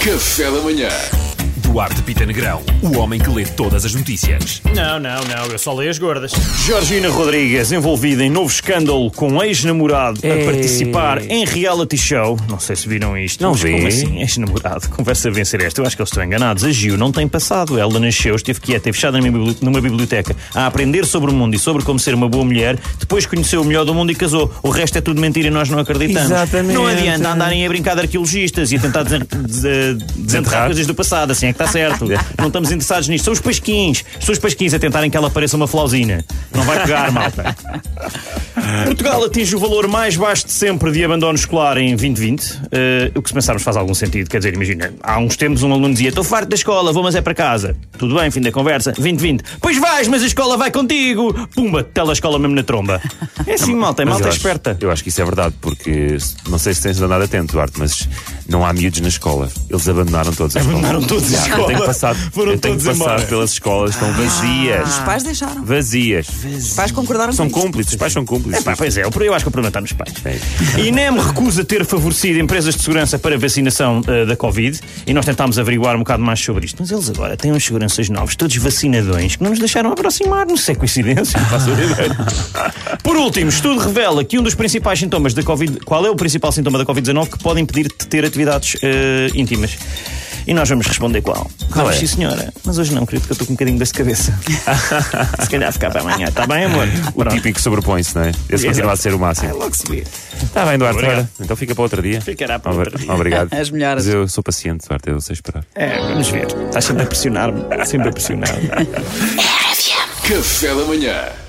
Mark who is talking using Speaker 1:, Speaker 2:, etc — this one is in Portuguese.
Speaker 1: Café da manhã.
Speaker 2: Duarte Pita Negrão, o homem que lê todas as notícias.
Speaker 3: Não, não, não, eu só leio as gordas.
Speaker 4: Georgina Rodrigues, envolvida em novo escândalo com um ex-namorado a
Speaker 5: Ei.
Speaker 4: participar em reality show. Não sei se viram isto.
Speaker 5: Não
Speaker 4: mas
Speaker 5: vi.
Speaker 4: Como assim? Ex-namorado. Conversa a vencer esta. Eu acho que eles estão enganados. A Gil não tem passado. Ela nasceu, esteve quieta, e fechada numa bibli- numa biblioteca a aprender sobre o mundo e sobre como ser uma boa mulher. Depois conheceu o melhor do mundo e casou. O resto é tudo mentira e nós não acreditamos.
Speaker 5: Exatamente.
Speaker 4: Não adianta andarem a brincar de arqueologistas e a tentar desen- des- desenterrar
Speaker 5: Desenterrar.
Speaker 4: coisas do passado. Assim é que está certo. Não estamos interessados nisto. São os pasquins. São os pasquins a tentarem que ela pareça uma flauzina. Não vai pegar, malta. Portugal atinge o valor mais baixo de sempre de abandono escolar em 2020. Eh, o que se pensarmos faz algum sentido. Quer dizer, imagina, há uns tempos um aluno dizia: Estou farto da escola, vou, mas é para casa. Tudo bem, fim da conversa, 2020. Pois vais, mas a escola vai contigo. Pumba, tela a escola mesmo na tromba. É assim, malta, é
Speaker 6: Mas
Speaker 4: malta
Speaker 6: eu acho-
Speaker 4: esperta.
Speaker 6: Eu acho que isso é verdade, porque se- não sei se tens andado atento, Duarte, mas não há miúdos na escola. Eles abandonaram todos a escola.
Speaker 4: Abandonaram todos a
Speaker 6: Já,
Speaker 4: escola.
Speaker 6: Eu tenho que passar,
Speaker 4: Foram
Speaker 6: eu tenho que
Speaker 4: todos
Speaker 6: passar
Speaker 4: embora. Ah.
Speaker 6: pelas escolas, estão vazias.
Speaker 7: Os pais deixaram.
Speaker 6: Vazias.
Speaker 7: Os pais concordaram
Speaker 6: São
Speaker 7: com isso.
Speaker 6: cúmplices, os pais são cúmplices.
Speaker 4: Pá, pois é, eu eu acho que o problema está nos pais. INEM recusa ter favorecido empresas de segurança para a vacinação eh, da Covid e nós tentámos averiguar um bocado mais sobre isto. Mas eles agora têm uns seguranças novos, todos vacinadões, que não nos deixaram aproximar, não sei, coincidência, não faço ideia. Por último, estudo revela que um dos principais sintomas da Covid. Qual é o principal sintoma da Covid-19 que pode impedir de ter atividades eh, íntimas? E nós vamos responder qual. Qual Sim, senhora. Mas hoje não, querido, que eu estou com um bocadinho deste cabeça. Se calhar ficar para amanhã. Está bem, amor?
Speaker 6: O típico sobrepõe-se, não é? Esse continua a ser o máximo.
Speaker 4: É Logo se vê.
Speaker 6: Está bem, Duarte,
Speaker 4: Ah, Obrigado.
Speaker 6: olha, Então fica para outro dia.
Speaker 4: Ficará para outro
Speaker 6: Obri-
Speaker 4: dia.
Speaker 6: Obrigado.
Speaker 7: As melhoras.
Speaker 6: Mas eu sou paciente, Duarte, eu sei esperar.
Speaker 4: É, vamos ver. Estás sempre a pressionar-me. Sempre a pressionar-me.
Speaker 1: Café da manhã.